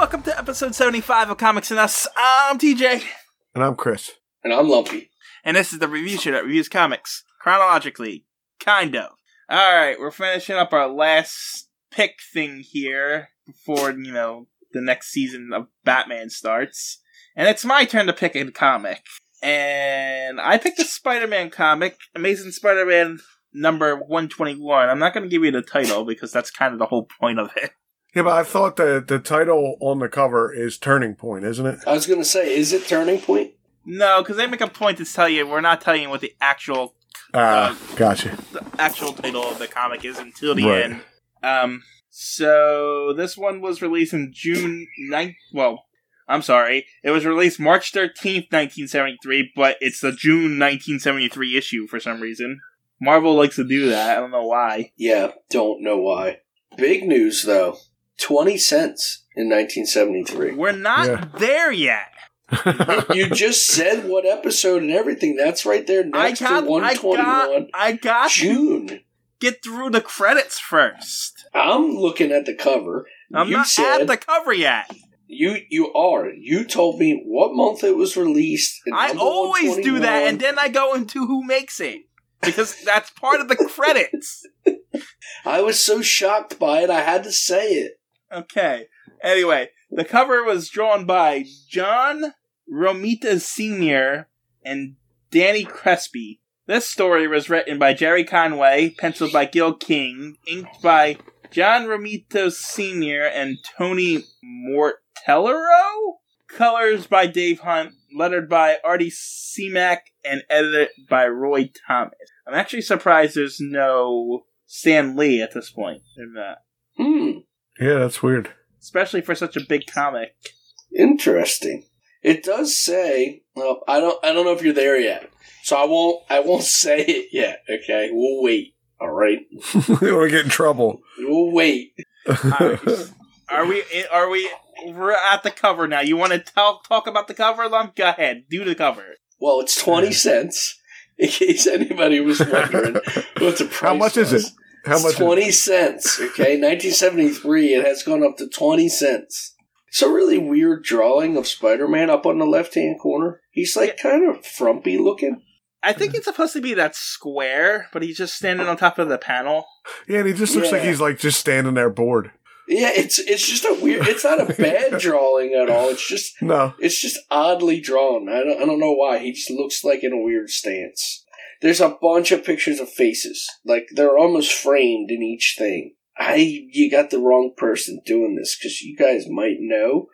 episode 75 of Comics and Us. I'm TJ, And I'm Chris. And I'm Lumpy. and this is the review show that reviews comics chronologically, kind of. All right, we're finishing up our last pick thing here before, you know, the next season of Batman starts. And it's my turn to pick a comic. And I picked a Spider Man comic, Amazing Spider Man number 121. I'm not going to give you the title because that's kind of the whole point of it. Yeah, but I thought the the title on the cover is Turning Point, isn't it? I was going to say, is it Turning Point? No, because they make a point to tell you we're not telling you what the actual Ah, gotcha. the actual title of the comic is until the Right. end. Um, so this one was released in June 9th. Well, I'm sorry. It was released March 13th, 1973, but it's the June 1973 issue for some reason. Marvel likes to do that. I don't know why. Yeah, don't know why. Big news, though 20 cents in 1973. We're not Yeah. there yet. you just said what episode and everything. That's right there next I got, to I 121. got, I got to June. get through the credits first. I'm looking at the cover. I'm you not said at the cover yet. you you are. You told me what month it was released. and I number always do that, 121. and then I go into who makes it because that's part of the credits. I was so shocked by it, I had to say it. Okay. Anyway, the cover was drawn by John Romita Sr. and Danny Crespi. This story was written by Jerry Conway, penciled by Gil King, inked by John Romito Sr. and Tony Mortellero, colors by Dave Hunt, lettered by Artie Seemack, and edited by Roy Thomas. I'm actually surprised there's no Stan Lee at this point in that Hmm. yeah, that's weird. especially for such a big comic. Interesting. It does say. Well, I don't. I don't know if you're there yet, so I won't. I won't say it yet. Okay, we'll wait. All right, we want to get in trouble. we'll wait. Alright. are we? Are we? We're at the cover now. You want to talk talk about the cover, Lump? Go ahead, do the cover. Well, it's Uh-huh. twenty cents. In case anybody was wondering, what's the price? How much is was. it? How It's much? is- Twenty cents. Okay, nineteen seventy three. It has gone up to twenty cents. It's a really weird drawing of Spider Man up on the left hand corner. He's like kind of frumpy looking. I think it's supposed to be that square, but he's just standing on top of the panel. Yeah, and he just looks like Yeah. he's like just standing there bored. Yeah, it's it's just a weird. It's not a bad drawing at all. It's just No, It's just oddly drawn. I don't, I don't know why. He just looks like in a weird stance. There's a bunch of pictures of faces. Like, they're almost framed in each thing. I, you got the wrong person doing this because you guys might know.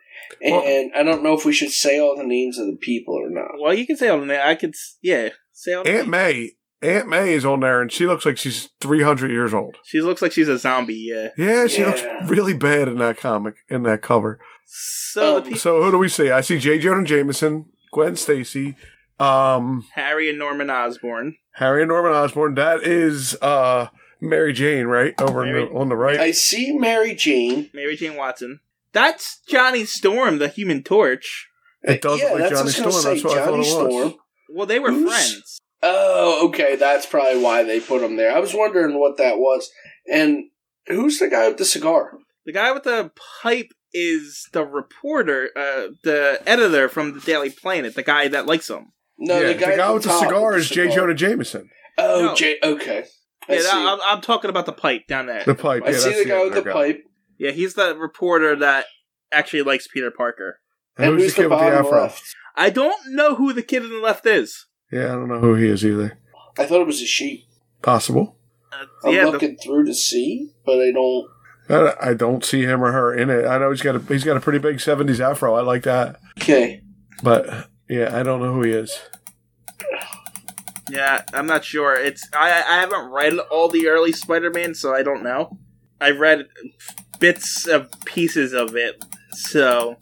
And Well- I don't know if we should say all the names of the people or not. Well, you can say all the name. I could, s- yeah, say all the Aunt name. May. Aunt May is on there, and she looks like she's three hundred years old. She looks like she's a zombie. Yeah. Yeah, she Yeah. looks really bad in that comic, in that cover. So the Um, people, Oh, So who do we see? I see J. Jonah Jameson, Gwen Stacy, um, Harry and Norman Osborn. Harry and Norman Osborn. That is uh, Mary Jane, right? Over on Mary- the, on the right. I see Mary Jane. Mary Jane Watson. That's Johnny Storm, the Human Torch. It does yeah, look like that's Johnny Storm. what I was gonna That's what say, I thought it Johnny was. Storm. Well, they were Who's- friends. Oh, okay. That's probably why they put him there. I was wondering what that was. And who's the guy with the cigar? The guy with the pipe is the reporter, uh, the editor from the Daily Planet, the guy that likes him. No, Yeah, the guy, the guy at with the top cigar is J. cigar. Jonah Jameson. Oh, No. Jay. Okay. I Yeah, see, I'm, I'm talking about the pipe down there. The pipe. I yeah, see that's the guy with other the pipe. Yeah, he's the reporter that actually likes Peter Parker. And, who's, the, kid with bottom afro? left? I don't know who the kid in the left is. Yeah, I don't know who he is either. I thought it was a sheep. Possible. Uh, I'm yeah, the, looking through to see, but I don't. I, I don't see him or her in it. I know he's got a he's got a pretty big '70s afro. I like that, Okay. but yeah, I don't know who he is. yeah, I'm not sure. It's I I haven't read all the early Spider-Man, so I don't know. I read bits of pieces of it, so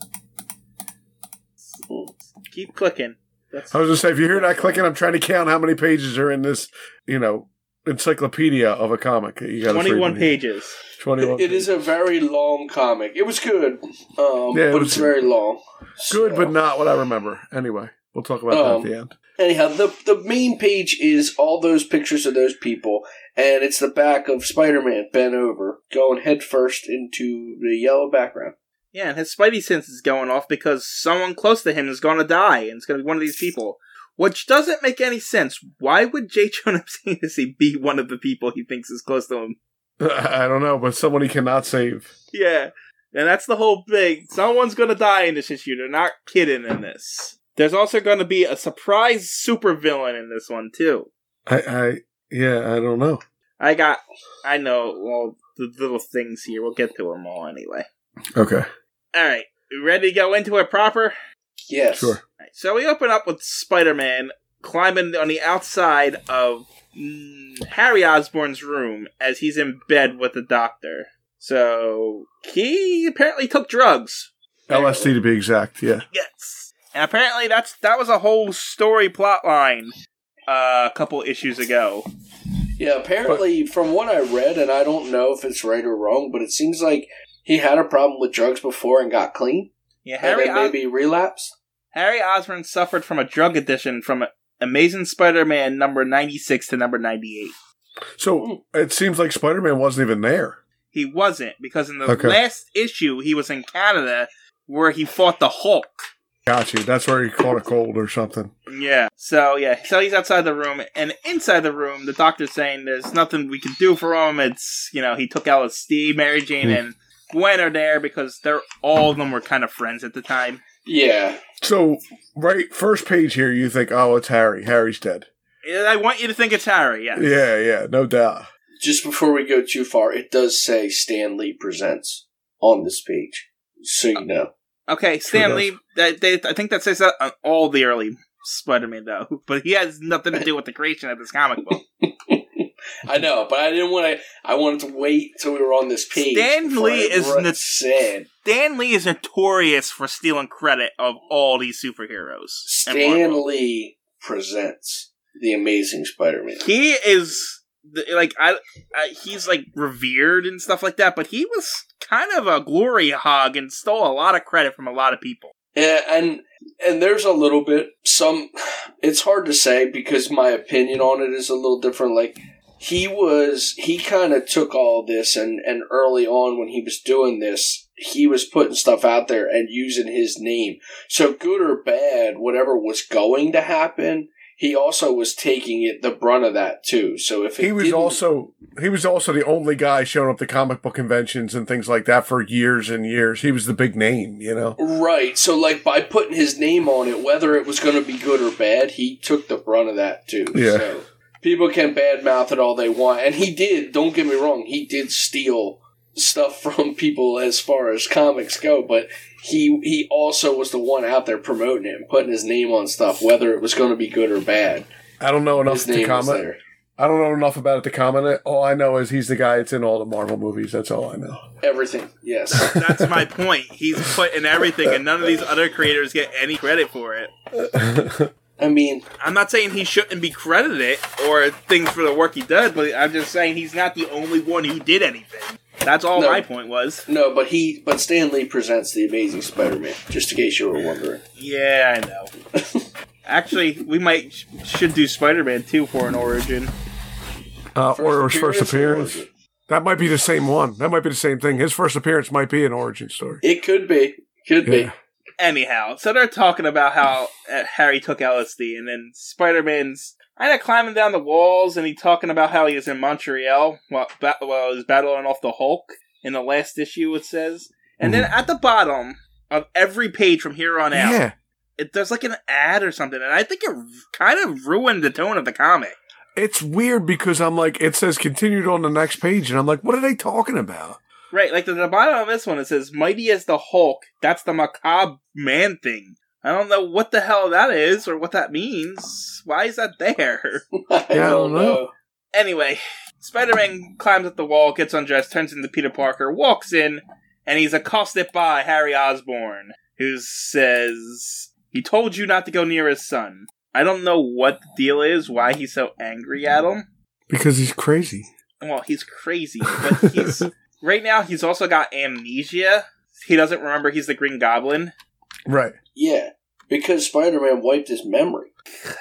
keep clicking. That's I was gonna say, if you hear that clicking, I'm trying to count how many pages are in this, you know, encyclopedia of a comic. that You got 21 pages. Twenty-one. It is a very long comic. It was good, um, Yeah, it but was it's very long. good, So- but not what I remember. Anyway, we'll talk about Um, that at the end. Anyhow, the the main page is all those pictures of those people, and it's the back of Spider Man bent over, going head first into the yellow background. Yeah, and his spidey sense is going off because someone close to him is going to die, and it's going to be one of these people. Which doesn't make any sense. Why would J. Jonah Jameson be one of the people he thinks is close to him? I don't know, but someone he cannot save. Yeah. And that's the whole thing. Someone's gonna die in this issue. They're not kidding in this. There's also gonna be a surprise supervillain in this one too. I, I, yeah, I don't know. I got, I know all the little things here. We'll get to them all anyway. Okay, All right, you ready to go into it proper? All Yes. sure. right, so we open up with Spider-Man climbing on the outside of mm, Harry Osborn's room as he's in bed with the doctor. So he apparently took drugs. LSD to be exact. Yeah. Yes. And apparently that's that was a whole story plot line uh, a couple issues ago. Yeah, apparently, from what I read, and I don't know if it's right or wrong, but it seems like he had a problem with drugs before and got clean, Yeah, and Harry then Os- maybe relapsed. Harry Osborn suffered from a drug addiction from Amazing Spider-Man number 96 to number 98. So Hmm. it seems like Spider Man wasn't even there. He wasn't because in the Okay. last issue he was in Canada where he fought the Hulk. Got you. That's where he caught a cold or something. Yeah. So yeah, so he's outside the room, and inside the room, the doctor's saying there's nothing we can do for him. It's you know he took LSD. Mary Jane Hmm. and Gwen are there because they're all of them were kind of friends at the time. Yeah. So right first page here, you think, oh, it's Harry. Harry's dead. And I want you to think it's Harry. Yeah. Yeah, yeah, no doubt. Just before we go too far, it does say Stan Lee presents on this page, so you know. Okay, Sure Stanley. That they, I think that says that on all the early Spider-Man though, but he has nothing to do with the creation of this comic book. I know, but I didn't want to. I wanted to wait till we were on this page. Stan before Lee I is re- not- said Stan Lee is notorious for stealing credit of all these superheroes. and Marvel. Stan Lee presents the Amazing Spider-Man. he is th- like I, I he's like revered and stuff like that but he was kind of a glory hog and stole a lot of credit from a lot of people Yeah, and and there's a little bit some it's hard to say because my opinion on it is a little different like he was he kind of took all this and and early on when he was doing this he was putting stuff out there and using his name so good or bad whatever was going to happen he also was taking it the brunt of that too so if it He was didn't- also he was also the only guy showing up to comic book conventions and things like that for years and years. He was the big name, you know. Right. So, like, by putting his name on it, whether it was going to be good or bad, he took the brunt of that, too. Yeah. So, people can badmouth it all they want. And he did, don't get me wrong, he did steal stuff from people as far as comics go, but he he also was the one out there promoting it and putting his name on stuff, whether it was going to be good or bad. I don't know enough His name to was comment. there. I don't know enough about it to comment. it. All I know is he's the guy that's in all the Marvel movies. That's all I know. Everything, yes. that's my point he's put in everything and none of these other creators get any credit for it I mean, i'm not saying he shouldn't be credited or things for the work he did but i'm just saying he's not the only one who did anything that's all No. my point was no, but he, but Stan Lee presents The Amazing Spider Man, just in case you were wondering. yeah i know actually we might sh- should do spider-man 2 for an origin Uh, or his first appearance. origin. That might be the same one. That might be the same thing. His first appearance might be an origin story. It could be. Could be. Yeah. Anyhow, so they're talking about how uh, Harry took LSD, and then Spider Man's kind of climbing down the walls, and he talking about how he was in Montreal while, ba- while he was battling off the Hulk in the last issue, it says. And then at the bottom of every page from here on out, Yeah. it, there's like an ad or something, and I think it kind of ruined the tone of the comic. It's weird because I'm like, it says continued on the next page, and I'm like, what are they talking about? Right, like the, the bottom of this one, it says, Mighty as the Hulk, that's the macabre man thing. I don't know what the hell that is or what that means. Why is that there? I Yeah, I don't know. Anyway, Spider Man climbs up the wall, gets undressed, turns into Peter Parker, walks in, and he's accosted by Harry Osborn, who says, He told you not to go near his son. I don't know what the deal is, why he's so angry at him. Because he's crazy. Well, he's crazy, but he's. right now, he's also got amnesia. He doesn't remember he's the Green Goblin. Right. Yeah. because Spider Man wiped his memory.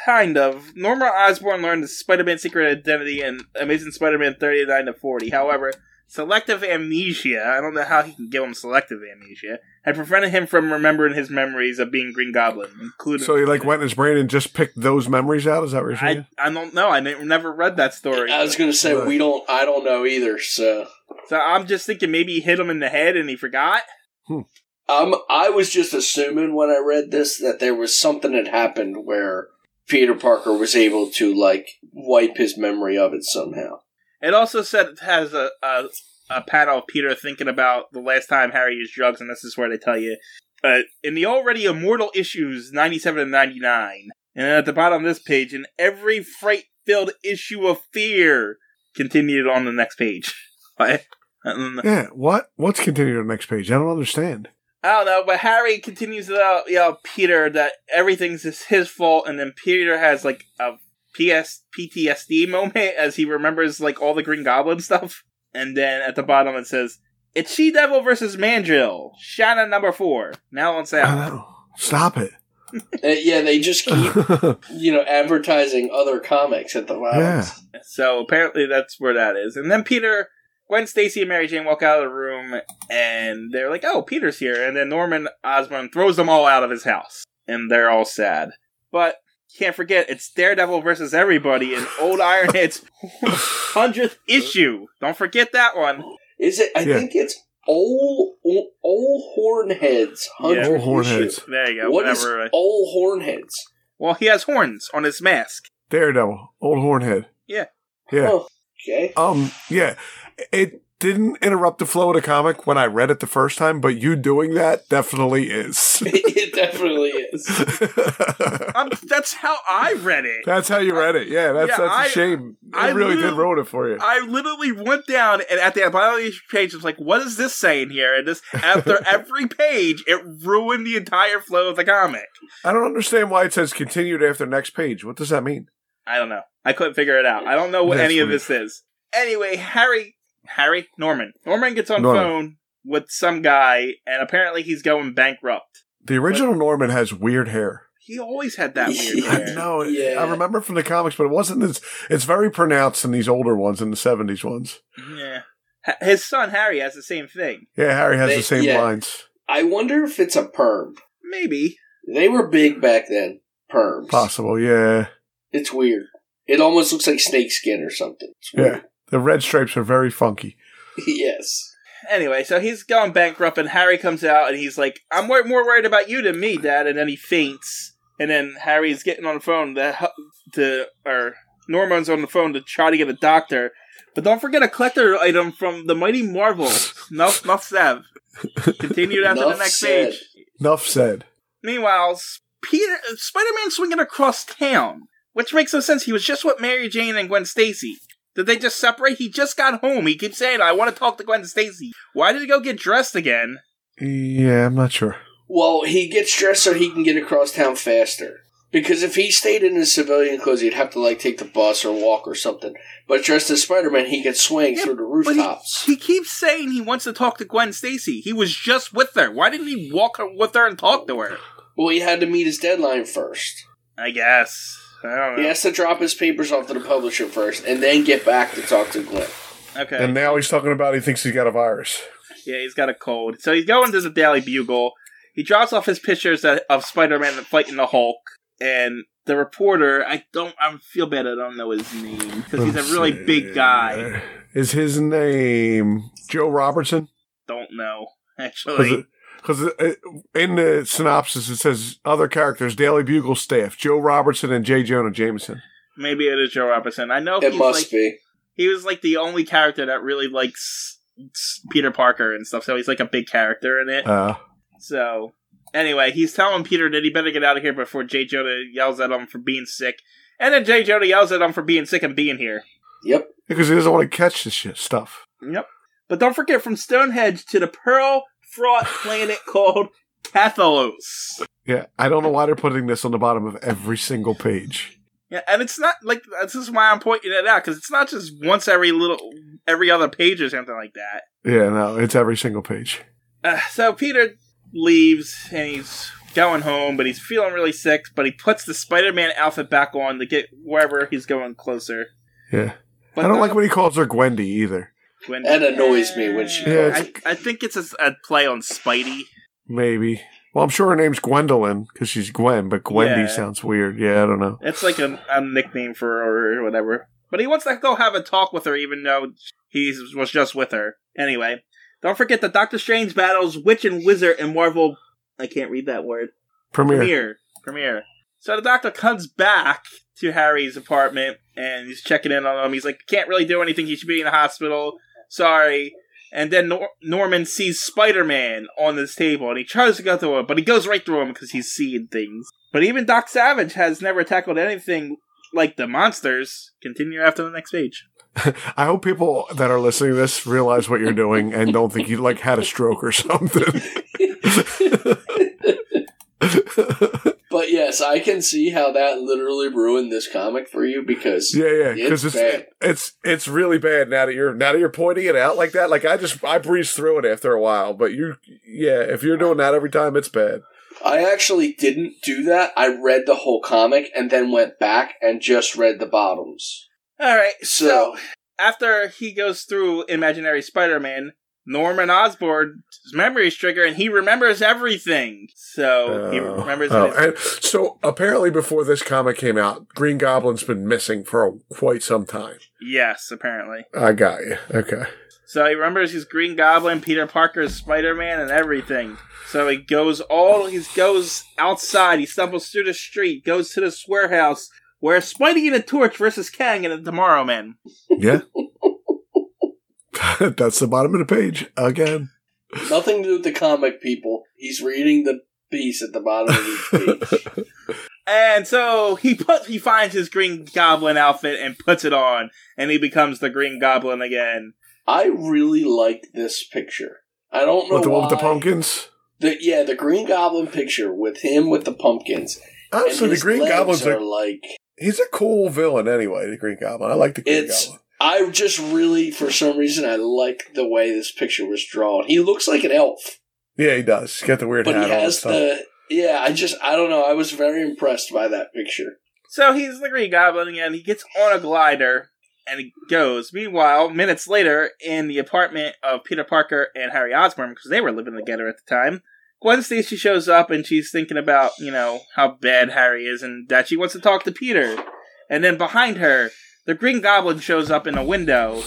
Kind of. Norma Osborn learned the Spider Man secret identity in Amazing Spider Man 39 to 40. However, selective amnesia, I don't know how he can give him selective amnesia, had prevented him from remembering his memories of being Green Goblin, including. So he like went in his brain and just picked those memories out. Is that what you're saying? I, I don't know. I ne- never read that story. I was gonna say Right. we don't. I don't know either. So so I'm just thinking maybe he hit him in the head and he forgot. um, I was just assuming when I read this that there was something that happened where Peter Parker was able to like wipe his memory of it somehow. It also said it has a, a a panel of Peter thinking about the last time Harry used drugs, and this is where they tell you. Uh, in the already immortal issues 97 and 99, and then at the bottom of this page, in every fright filled issue of fear, continued on the next page. uh, I, I don't know. Yeah. What? What's continued on the next page? I don't understand. I don't know, but Harry continues to yell- yell at Peter that everything's just his fault, and then Peter has like a PS PTSD moment as he remembers like all the Green Goblin stuff, and then at the bottom it says, "It's She Devil versus Mandrill, Shannon number four, now on I sale." don't know. Stop it. Uh, yeah, they just keep you know advertising other comics at the Yeah. violence. So apparently that's where that is, and then Peter. Gwen Stacy and Mary Jane walk out of the room and they're like, oh, Peter's here. And then Norman Osborn throws them all out of his house. And they're all sad. But can't forget, it's Daredevil versus everybody in Old Ironhead's 100th issue. Don't forget that one. Is it? I Yeah. think it's old old hornheads. Yeah. Old 100 hornheads. issue. There you go. What is whatever. old hornheads? well, he has horns on his mask. Daredevil, old hornhead. Yeah. Yeah. Huh. Okay. Um. Yeah. It didn't interrupt the flow of the comic when I read it the first time, but you doing that definitely is. it definitely is. Um, that's how I read it. that's how you read it. Yeah. That's Yeah, that's a I- shame. It I really did literally- ruin it for you. I literally went down and at the bottom of each page, I was like, what is this saying here? And this, after every page, it ruined the entire flow of the comic. I don't understand why it says continued after next page. What does that mean? I don't know. I couldn't figure it out. I don't know what That's any of weird. this is. Anyway, Harry, Harry, Norman. Norman gets on Norman. phone with some guy, and apparently he's going bankrupt. The original Norman has weird hair. He always had that weird Yeah. I hair. know. Yeah. I remember from the comics, but it wasn't as. It's very pronounced in these older ones, in the seventies ones. Yeah. H- His son Harry has the same thing. Yeah, Harry has They- the same yeah. lines. I wonder if it's a perm. Maybe. They were big back then. Perms. Possible. Yeah. It's weird. It almost looks like snakeskin or something. It's Yeah. weird. The red stripes are very funky. yes. Anyway, so he's going bankrupt, and Harry comes out, and he's like, "I'm wor- more worried about you than me, Dad." And then he faints, and then Harry's getting on the phone to, hu- to or Norman's on the phone to try to get a doctor. But don't forget a collector item from the Mighty Marvel. Nuff, nuff, Sev. Continued after the Nuff next said. page. Enough said. Meanwhile, s- Peter Spider-Man swinging across town, which makes no sense. He was just with Mary Jane and Gwen Stacy. Did they just separate? He just got home. He keeps saying, "I want to talk to Gwen Stacy." Why did he go get dressed again? Yeah, I'm not sure. Well, he gets dressed so he can get across town faster. Because if he stayed in his civilian clothes, he'd have to like take the bus or walk or something. But dressed as Spider Man, he could swing Yeah, through the But he, rooftops. he keeps saying he wants to talk to Gwen Stacy. He was just with her. Why didn't he walk her with her and talk to her? well, he had to meet his deadline first. I guess. I don't know. He has to drop his papers off to the publisher first, and then get back to talk to Glenn. Okay. And now he's talking about he thinks he's got a virus. Yeah, he's got a cold. So he's going to the Daily Bugle. He drops off his pictures that- of Spider-Man fighting the Hulk, and the reporter. I don't. I feel bad. I don't know his name because he's a really big guy. Is his name Joe Robertson? Don't know actually. Because in the synopsis it says other characters: Daily Bugle staff, Joe Robertson and J. Jonah Jameson. Maybe it is Joe Robertson. I know It Oh, he's must like be. he was like the only character that really likes s- Peter Parker and stuff. So he's like a big character in it. Uh, So anyway, he's telling Peter that he better get out of here before J. Jonah yells at him for being sick. And then J. Jonah yells at him for being sick and being here. Yep. because he doesn't want to catch this shit stuff. Yep. But don't forget from Stonehenge to the pearl fraught planet called Cathalos. Yeah, I don't know why they're putting this on the bottom of every single page. Yeah, and it's not like this is why I'm pointing it out because it's not just once every little every other page or something like that. Yeah, no, it's every single page. Uh, so Peter leaves and he's going home, but he's feeling really sick. But he puts the Spider-Man outfit back on to get wherever he's going closer. Yeah. But I don't the- like when he calls her Gwendy either. when- That annoys me when she. Yeah, calls. I, I think it's a, s- a play on Spidey. Maybe. Well, I'm sure her name's Gwendolyn because she's Gwen, but Yeah. Gwendy sounds weird. Yeah, I don't know. It's like a, a nickname for her or whatever. But he wants to go have a talk with her, even though he was just with her. Anyway, don't forget that Doctor Strange battles Witch and Wizard in Marvel. I can't read that word. Premiere. Premiere. Premiere. So the doctor comes back to Harry's apartment and he's checking in on him. He's like, can't really do anything. He should be in the hospital. Sorry. And then Nor- Norman sees Spider Man on this table and he tries to go through him, but he goes right through him because he's seeing things. But even Doc Savage has never tackled anything like the monsters. Continue after the next page. I hope people that are listening to this realize what you're doing and don't think you like had a stroke or something. But yes, I can see how that literally ruined this comic for you because yeah, yeah, because It's it's bad. it's it's really bad now that you're now that you're pointing it out like that. Like I just I breezed through it after a while, but you yeah, if you're doing that every time, it's bad. I actually didn't do that. I read the whole comic and then went back and just read the bottoms. All right. So, after he goes through imaginary spider-man norman osborn's memories trigger and he remembers everything so he Oh. remembers Oh, that and so apparently before this comic came out, Green Goblin's been missing for quite some time. yes apparently I got you. Okay. so he remembers his green goblin peter parker's spider-man and everything so he goes all he goes outside he stumbles through the street goes to this warehouse where spidey and the torch versus kang and the tomorrow man Yeah. That's the bottom of the page again. nothing to do with the comic, people. He's reading the piece at the bottom of each page. And so he puts he finds his Green Goblin outfit and puts it on, and he becomes the Green Goblin again. I really liked this picture. I don't know With the why. one with the pumpkins? The- yeah, the Green Goblin picture with him with the pumpkins. And Honestly, Oh, the his Green legs Goblin's are a, like he's a cool villain anyway, the Green Goblin. I like the Green It's- Goblin. I just really, for some reason, I like the way this picture was drawn. He looks like an elf, Yeah, he does. He's got the weird but hat he on and has stuff. the yeah. I just, I don't know. I was very impressed by that picture. So he's the Green Goblin again. He gets on a glider and he goes. Meanwhile, minutes later, in the apartment of Peter Parker and Harry Osborn, because they were living together at the time, Gwen Stacy shows up and she's thinking about you know how bad Harry is and that she wants to talk to Peter. And then behind her, the Green Goblin shows up in a window.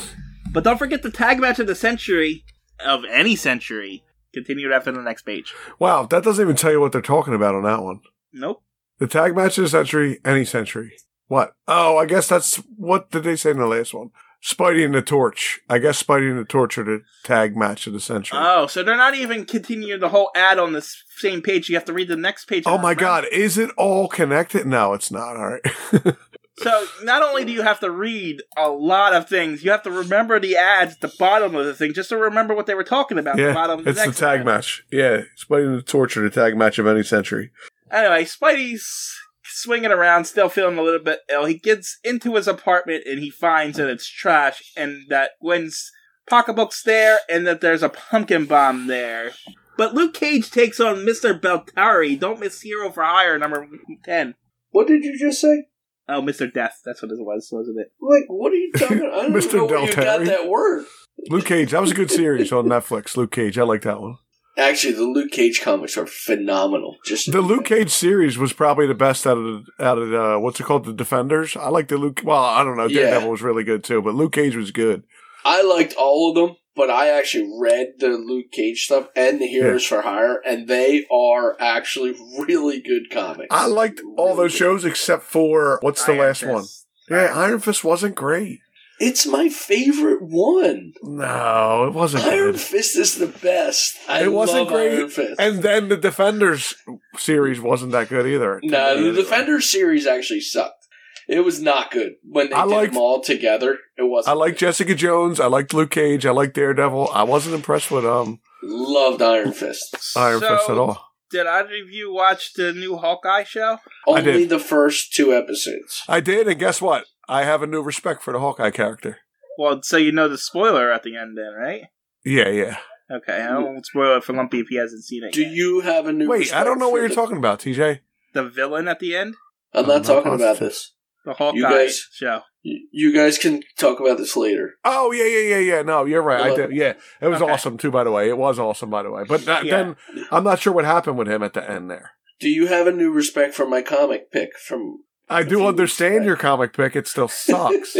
But don't forget the tag match of the century of any century. Continued after the next page. Wow, that doesn't even tell you what they're talking about on that one. Nope. The tag match of the century, any century. What? Oh, I guess that's what did they say in the last one? Spidey and the Torch. I guess Spidey and the Torch are the tag match of the century. Oh, so they're not even continuing the whole ad on the s- same page. You have to read the next page. oh my Remember? God, is it all connected? No, it's not. All right. So not only do you have to read a lot of things, you have to remember the ads at the bottom of the thing just to remember what they were talking about. at the bottom of the it's the next tag ad. match. Yeah, Spidey and the Torch are the tag match of any century. Anyway, Spidey's swinging around, still feeling a little bit ill. He gets into his apartment and he finds that it's trash and that Gwen's pocketbook's there and that there's a pumpkin bomb there. But Luke Cage takes on Mr. Beltari. Don't miss Hero for Hire, number 10. What did you just say? Oh, Mr. Death. That's what it was, wasn't it? Like, what are you talking? I don't Mr. even know where you Deltari. got that word. Luke Cage. That was a good series on Netflix. Luke Cage. I like that one. Actually, the Luke Cage comics are phenomenal. Just The Luke Cage series was probably the best out of the, out of the, what's it called? The Defenders. I like the Luke. Well, I don't know. Yeah. Daredevil was really good too, but Luke Cage was good. I liked all of them, but I actually read the Luke Cage stuff and the Heroes for Hire, and they are actually really good comics. I liked all those shows except for what's the Iron last Fist. one? Yeah, Iron Fist wasn't great. it's my favorite one. No, it wasn't Iron good. Fist is the best. I It wasn't love great, Iron Fist. And then the Defenders series wasn't that good either. no, the Defenders series actually sucked. It was not good when they I did liked- them all together. It wasn't. I liked good. Jessica Jones. I liked Luke Cage. I liked Daredevil. I wasn't impressed with um loved Iron Fist. Iron so, Fist at all. Did either of you watch the new Hawkeye show? I did. Only the first two episodes. I did, and guess what? I have a new respect for the Hawkeye character. Well, so you know the spoiler at the end, then, right? Yeah, yeah. Okay, I won't spoil it for Lumpy if he hasn't seen it. Do yet. you have a new? Wait, I respect don't know what for you're the- talking about, TJ. The villain at the end, I'm I'm not not talking about positive. this. the Hawkeye guys- show. You you guys can talk about this later. Oh yeah, yeah, yeah, yeah. No, you're right. I Hello. did. Yeah, it was Okay. awesome too. By the way, it was awesome. By the way, but that, Yeah. then I'm not sure what happened with him at the end there. Do you have a new respect for my comic pick from? I few do weeks understand back. your comic pick. It still sucks,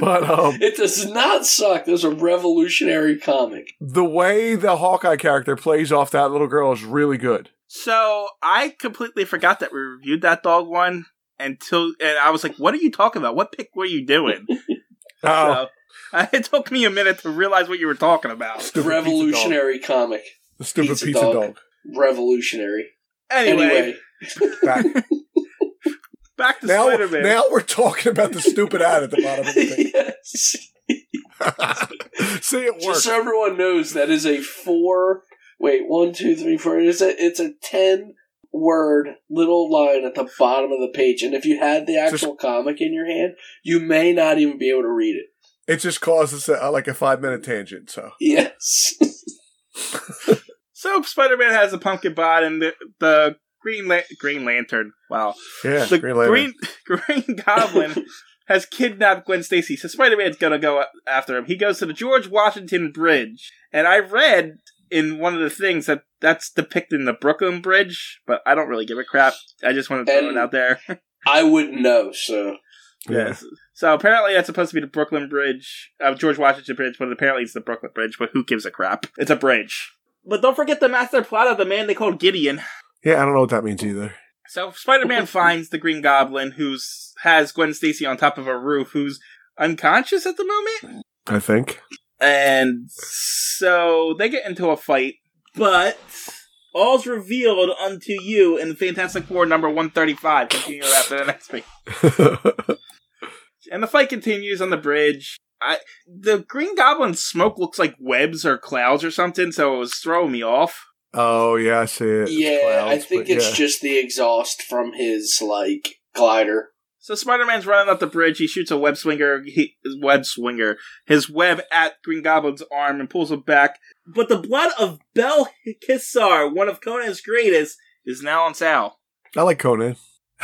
but um, It does not suck. There's a revolutionary comic. the way the Hawkeye character plays off that little girl is really good. So I completely forgot that we reviewed that dog one until, and I was like, "What are you talking about? What pick were you doing?" Oh, So, it took me a minute to realize what you were talking about. stupid Pizza dog. revolutionary comic. The stupid pizza pizza, dog. dog. Revolutionary. Anyway, Anyway, Back- back to now, Spider Man. now we're talking about the stupid ad at the bottom of the yes. page. See, it Just works. so everyone knows, that is a four. Wait, one, two, three, four. It's a it's a ten word little line at the bottom of the page, and if you had the Just- actual comic in your hand, you may not even be able to read it. It just causes a, like a five minute tangent. So Yes. So Spider Man has a pumpkin bod, and the, the Green Lan- Green Lantern. Wow, yeah, the Green Lantern. Green Green Goblin has kidnapped Gwen Stacy. So Spider Man's gonna go after him. He goes to the George Washington Bridge, and I read in one of the things that that's depicting the Brooklyn Bridge, but I don't really give a crap. I just want to throw it And- out there. I wouldn't know, so Yeah. So apparently that's supposed to be the Brooklyn Bridge, uh, George Washington Bridge, but apparently it's the Brooklyn Bridge. But who gives a crap? It's a bridge. But don't forget the master plot of the man they called Gideon. yeah, I don't know what that means either. So Spider-Man finds the Green Goblin, who's has Gwen Stacy on top of a roof, who's unconscious at the moment. I think. And so they get into a fight, but all's revealed unto you in Fantastic Four number one thirty-five. Continue after the next week. And the fight continues on the bridge. I the Green Goblin's smoke looks like webs or clouds or something, so it was throwing me off. oh yeah, I see it. It's yeah, I clouds, think but it's yeah. just the exhaust from his like glider. So Spider Man's running up the bridge. He shoots a web swinger, he, his web swinger, his web at Green Goblin's arm and pulls him back. But the blood of Bel Kissar, one of Conan's greatest, is now on Sal. I like Conan.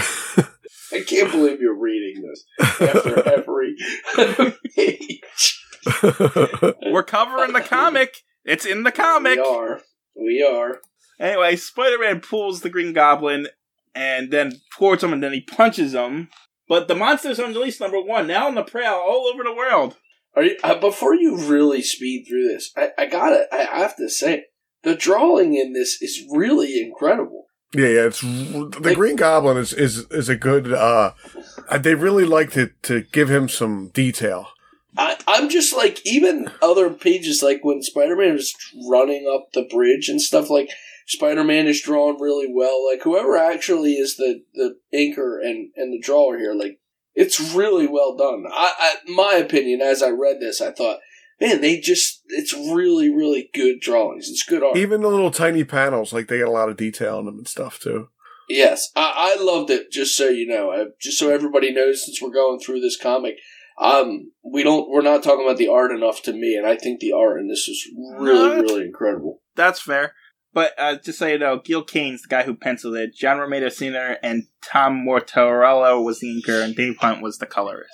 I can't believe you're reading this after every page. We're covering the comic. It's in the comic. We are. We are. Anyway, Spider Man pulls the Green Goblin and then towards him and then he punches him. But the monster's on release number one, now on the prowl all over the world. Are you, uh, before you really speed through this, I, I gotta, I have to say, the drawing in this is really incredible. Yeah, yeah. It's the Green Goblin is is is a good. uh They really like to to give him some detail. I, I'm just like, even other pages, like when Spider Man is running up the bridge and stuff, like Spider Man is drawn really well. Like, whoever actually is the, the inker and, and the drawer here, like, it's really well done. I, I, my opinion, as I read this, I thought, man, they just, it's really, really good drawings. It's good art. Even the little tiny panels, like they got a lot of detail in them and stuff too. Yes, I, I loved it. Just so you know, uh, just so everybody knows, since we're going through this comic, um, we don't we're not talking about the art enough to me, and I think the art in this is really What? really incredible. That's fair. But uh, just so you know, Gil Kane's the guy who penciled it. John Romita Sr. and Tom Mortarello was the inker, and Dave Hunt was the colorist.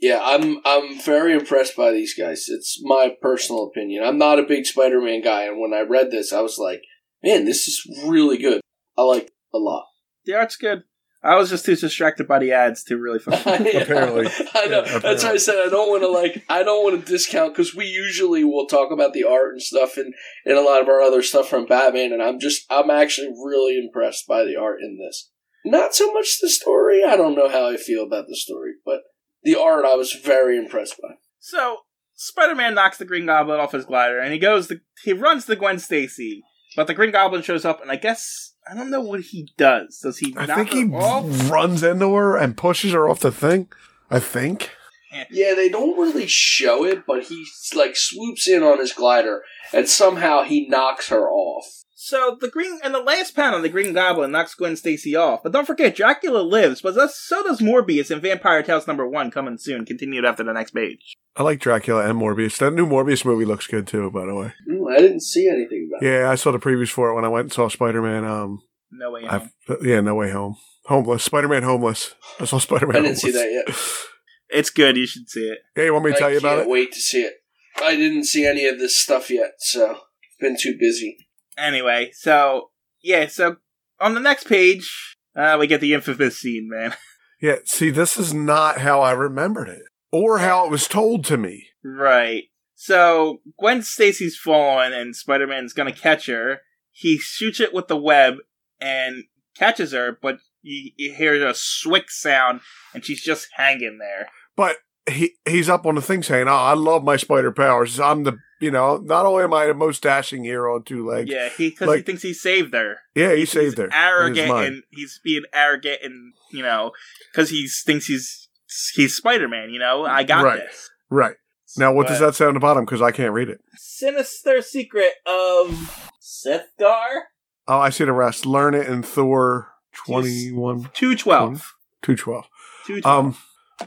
Yeah, I'm I'm very impressed by these guys. It's my personal opinion. I'm not a big Spider-Man guy, and when I read this, I was like, man, this is really good. I like it a lot. The art's good. I was just too distracted by the ads to really fucking. Apparently. I know. Yeah, That's why I said I don't want to like I don't want to discount because we usually will talk about the art and stuff and and a lot of our other stuff from Batman and I'm just I'm actually really impressed by the art in this. Not so much the story. I don't know how I feel about the story, but the art I was very impressed by. so Spider Man knocks the Green Goblin off his glider, and he goes. To, he runs to Gwen Stacy, but the Green Goblin shows up, and I guess I don't know what he does. Does he? I knock think he her off? runs into her and pushes her off the thing. I think. Yeah, they don't really show it, but he like swoops in on his glider and somehow he knocks her off. So the green and the last panel, the Green Goblin knocks Gwen Stacy off. But don't forget, Dracula lives, but thus- so does Morbius in Vampire Tales number one coming soon. Continued after the next page. I like Dracula and Morbius. That new Morbius movie looks good too, by the way. Mm, I didn't see anything about Yeah, I saw the previews for it when I went and saw Spider Man. Um, No way. Home. I've, uh, yeah, No Way Home, Homeless, Spider Man Homeless. I saw Spider Man. I didn't see that yet. It's good. You should see it. Yeah, you want me it. to tell I you about can't it? wait to see it. I didn't see any of this stuff yet, so I've been too busy. Anyway, so yeah, so on the next page, uh, we get the infamous scene, man. Yeah, see, this is not how I remembered it or how it was told to me. right. So Gwen Stacy's fallen, and Spider Man's gonna catch her. He shoots it with the web and catches her, but you, you hear a swick sound, and she's just hanging there. But he he's up on the thing saying, "Oh, I love my spider powers. I'm the you know, not only am I the most dashing hero on two legs. Yeah, yeah, he because he like- thinks he saved her. he, he's saved her. in his Arrogant, mind. and he's being arrogant, and you know, because he thinks he's he's Spider Man. You know, I got Right. this. right now, what But- does that say on the bottom? Because I can't read it. sinister secret of Sethgar Oh, I see the rest. Learn it in Thor 21, 212. 212. 212. Um,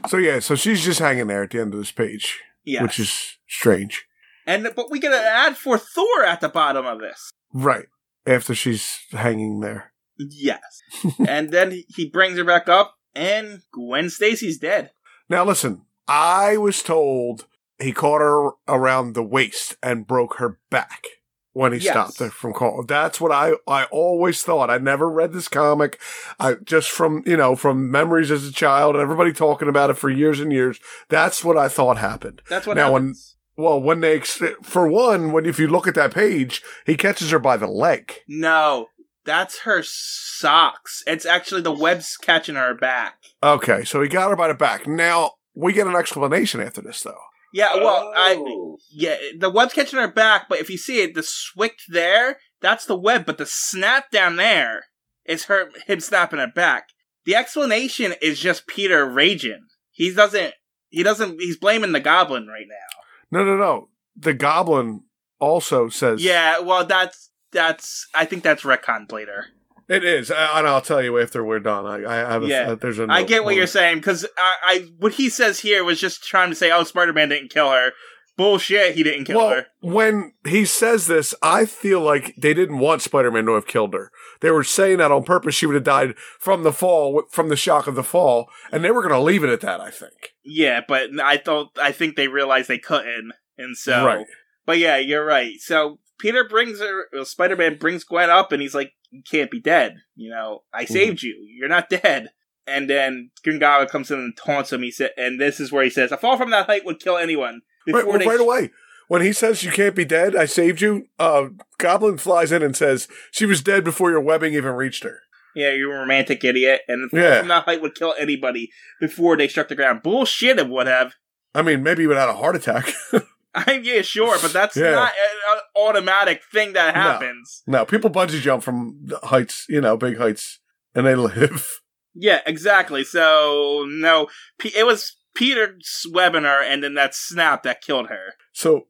so yeah, so she's just hanging there at the end of this page, yeah. which is strange. and but we get an ad for Thor at the bottom of this. Right. After she's hanging there. Yes. and then he- he brings her back up and Gwen Stacy's dead. Now, listen, I was told he caught her around the waist and broke her back when he Yes. stopped her from calling. That's what I, I always thought. I never read this comic. I just from, you know, from memories as a child and everybody talking about it for years and years. That's what I thought happened. That's what Now, when- happens. Well, when they, ex- for one, when, if you look at that page, he catches her by the leg. no, that's her socks. It's actually the web's catching her back. Okay. So he got her by the back. Now we get an explanation after this though. Yeah, well, I Oh. yeah, the web's catching her back, but if you see it, the swick there, that's the web, but the snap down there is her him snapping her back. The explanation is just Peter raging. He doesn't he doesn't he's blaming the goblin right now. No, no, no. The goblin also says, Yeah, well that's that's I think that's retcon later. it is." I- And I'll tell you after we're done. I, I have. A, Yeah. uh, there's a I note get what on you're it. saying because I, I what he says here was just trying to say, oh, Spider Man didn't kill her. Bullshit, he didn't kill well, her. when he says this, I feel like they didn't want Spider-Man to have killed her. They were saying that on purpose. She would have died from the fall, from the shock of the fall, and they were going to leave it at that. I think. Yeah, but I thought I think they realized they couldn't, and so right. But yeah, you're right. So Peter brings her, Spider Man brings Gwen up, and he's like, "You can't be dead. You know, I Mm-hmm. saved you. You're not dead." And then Green Goblin comes in and taunts him. He said, and this is where he says, "A fall from that height would kill anyone." Right, Before they- right away. When he says you can't be dead, I saved you. Uh, Goblin flies in and says she was dead before your webbing even reached her. Yeah, you're a romantic idiot. And a fall Yeah. from that height would kill anybody before they struck the ground. Bullshit, it would have. I mean, maybe even had a heart attack. I'm yeah, sure, but that's Yeah. not an an automatic thing that No. happens. No, people bungee jump from the heights, you know, big heights, and they live. Yeah, exactly. So no, P- it was Peter's webinar, and then that snap that killed her. So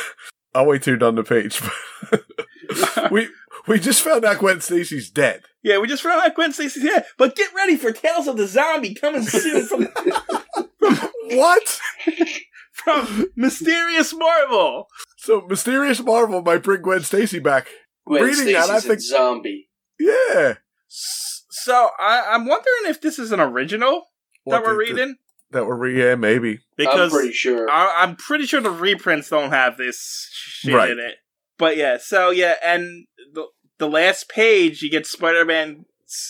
I'll wait till you're done the page. we we just found out Gwen Stacy's dead. yeah, we just found out Gwen Stacy's here, but get ready for Tales of the Zombie coming soon from What? from Mysterious Marvel. So mysterious Marvel might bring Gwen Stacy back. Gwen Reading that, I Stacy's a think- zombie. Yeah. S- So I, I'm wondering if this is an original that What we're the- reading That we're re- yeah maybe. because I'm pretty sure. I, I'm pretty sure the reprints don't have this shit Right. in it. But yeah, so yeah, and the the last page, you get Spider Man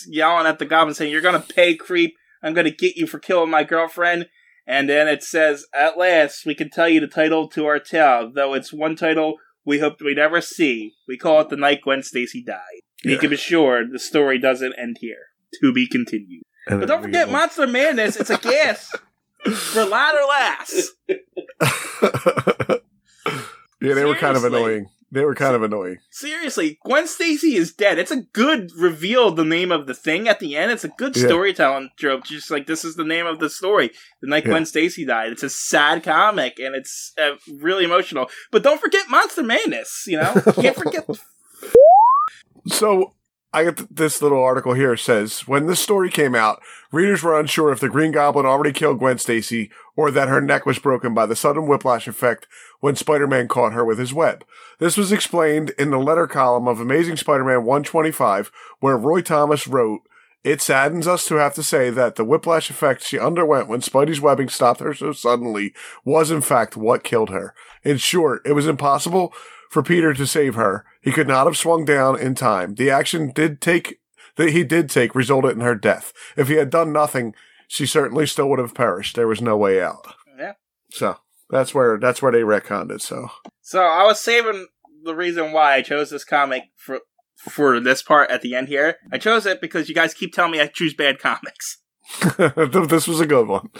yelling at the Goblin saying, "You're gonna pay, creep! I'm gonna get you for killing my girlfriend." And then it says, "At last, we can tell you the title to our tale, though it's one title we hoped we'd never see. We call it the night Gwen Stacy died. You Yeah. can be sure the story doesn't end here. To be continued. And But then don't we forget, get Monster Madness. It's a gas for latter last." one. yeah, they were kind of Seriously. annoying. They were kind of annoying. Seriously, Gwen Stacy is dead. It's a good reveal the name of the thing at the end. It's a good Yeah. storytelling trope. Just like this is the name of the story. The night Yeah. Gwen Stacy died. It's a sad comic and it's uh, really emotional. But don't forget Monster Madness, you know? Can't forget So I got th- this little article here says when this story came out, readers were unsure if the Green Goblin already killed Gwen Stacy or that her neck was broken by the sudden whiplash effect when Spider-Man caught her with his web. This was explained in the letter column of Amazing Spider-Man 125, where Roy Thomas wrote, "It saddens us to have to say that the whiplash effect she underwent when Spidey's webbing stopped her so suddenly was in fact what killed her. In short, it was impossible for Peter to save her. He could not have swung down in time. The action did take that he did take resulted in her death. If he had done nothing, she certainly still would have perished. There was no way out. Yeah. So that's where that's where they retconned it. So So I was saving the reason why I chose this comic for for this part at the end here. I chose it because you guys keep telling me I choose bad comics. Th- this was a good one,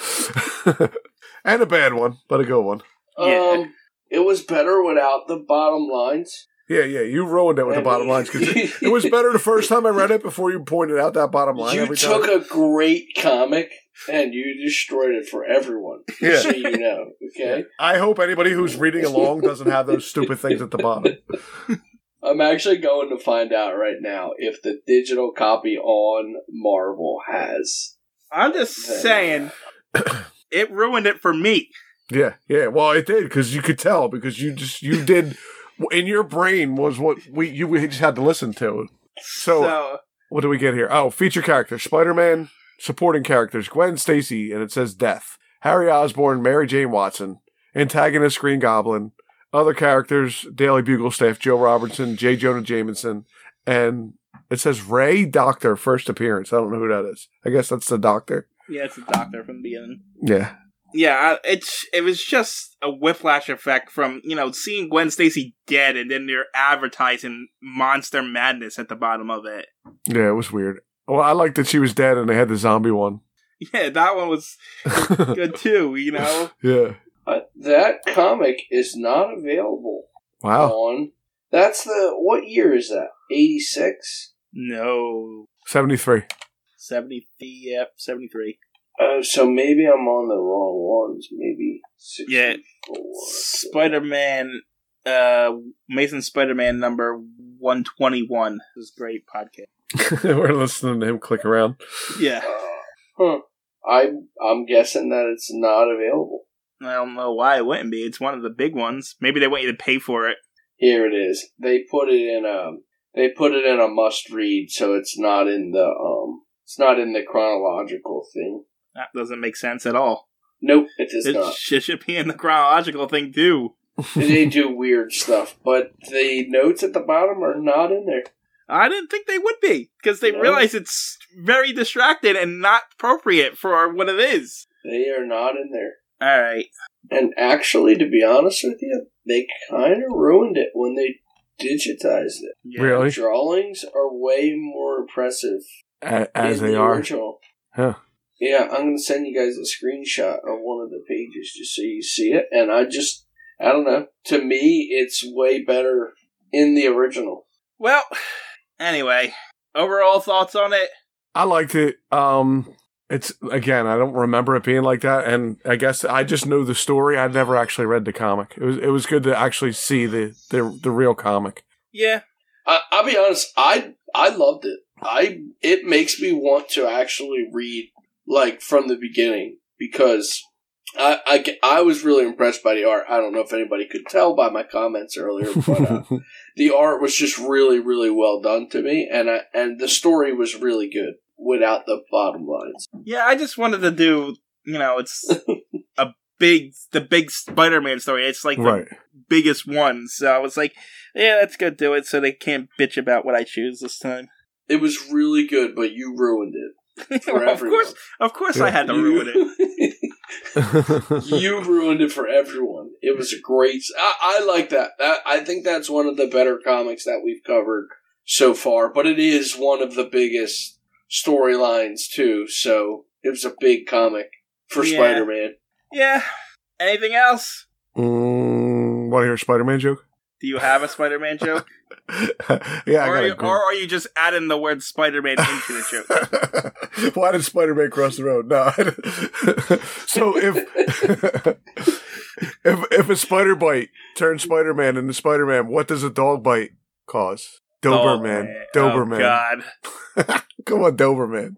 and a bad one, but a good one. Yeah. Um, it was better without the bottom lines. Yeah, yeah. You ruined it with the And- bottom lines 'cause it, it was better the first time I read it before you pointed out that bottom line. You every took time. a great comic and you destroyed it for everyone. Yeah. So you know, okay. I hope anybody who's reading along doesn't have those stupid things at the bottom. I'm actually going to find out right now if the digital copy on Marvel has. I'm just saying it ruined it for me. Yeah, yeah. Well, it did because you could tell because you just you did in your brain was what we you we just had to listen to. So, So what do we get here? Oh, feature characters: Spider Man, supporting characters: Gwen Stacy, and it says Death, Harry Osborn, Mary Jane Watson, antagonist: Green Goblin, other characters: Daily Bugle staff: Joe Robertson, J. Jonah Jameson, and it says Ray Doctor first appearance. I don't know who that is. I guess that's the Doctor. yeah, it's a doctor from the beginning. Yeah, Yeah, I, it's it was just a whiplash effect from you know seeing Gwen Stacy dead, and then they're advertising Monster Madness at the bottom of it. yeah. It was weird. Well, I liked that she was dead and they had the zombie one. Yeah, that one was good too. You know, yeah. Uh, that comic is not available Wow. on. That's the what year is that? Eighty six. no 73. seventy yep seventy three. Uh, so maybe I'm on the wrong ones. Maybe Yeah. 64. Spider Man, uh, Mason Spider Man number one twenty one. This is a great podcast. We're listening to him click around. Yeah, Uh, Huh. I I'm guessing that it's not available. I don't know why it wouldn't be. It's one of the big ones. Maybe they want you to pay for it. Here it is. They put it in a they put it in a must read, so it's not in the um it's not in the chronological thing. That doesn't make sense at all. Nope, it does It not. sh- it should be in the chronological thing too. they do weird stuff, but the notes at the bottom are not in there. I didn't think they would be because they No. realize it's very distracted and not appropriate for what it is. They are not in there. All right. And actually, to be honest with you, they kind of ruined it when they digitized it. Yeah. Really? Drawings are way more impressive A- as in they the are. original. Huh. Yeah, I'm gonna send you guys a screenshot of one of the pages just so you see it. And I just, I don't know. To me, it's way better in the original. Well, anyway, overall thoughts on it? I liked it. Um, it's again, I don't remember it being like that, and I guess I just know the story. I never actually read the comic. It was it was good to actually see the the, the real comic. Yeah. I, I'll be honest. I I loved it. I it makes me want to actually read like from the beginning because I I, ca- I was really impressed by the art. I don't know if anybody could tell by my comments earlier, but uh, the art was just really really well done to me, and I, and the story was really good without the bottom lines. Yeah, I just wanted to do, you know, it's a big, the big Spider Man story. It's like the right. biggest one. So I was like, yeah, let's go do it so they can't bitch about what I choose this time. It was really good, but you ruined it. For of everyone. course, of course I had to You- ruin it. you ruined it for everyone. It was a great. I, I like that. that. I think that's one of the better comics that we've covered so far. But it is one of the biggest storylines too. So it was a big comic for Yeah. Spider Man. Yeah. Anything else? mm, want to hear a Spider Man joke? Do you have a Spider Man joke? yeah, I or, got are a you, good- or are you just adding the word Spider-Man into the joke? Why did Spider Man cross the road? No. I don't- so if if if a spider bite turns Spider Man into Spider Man, what does a dog bite cause? Doberman. Oh, Doberman. God. Oh, Come on, Doberman.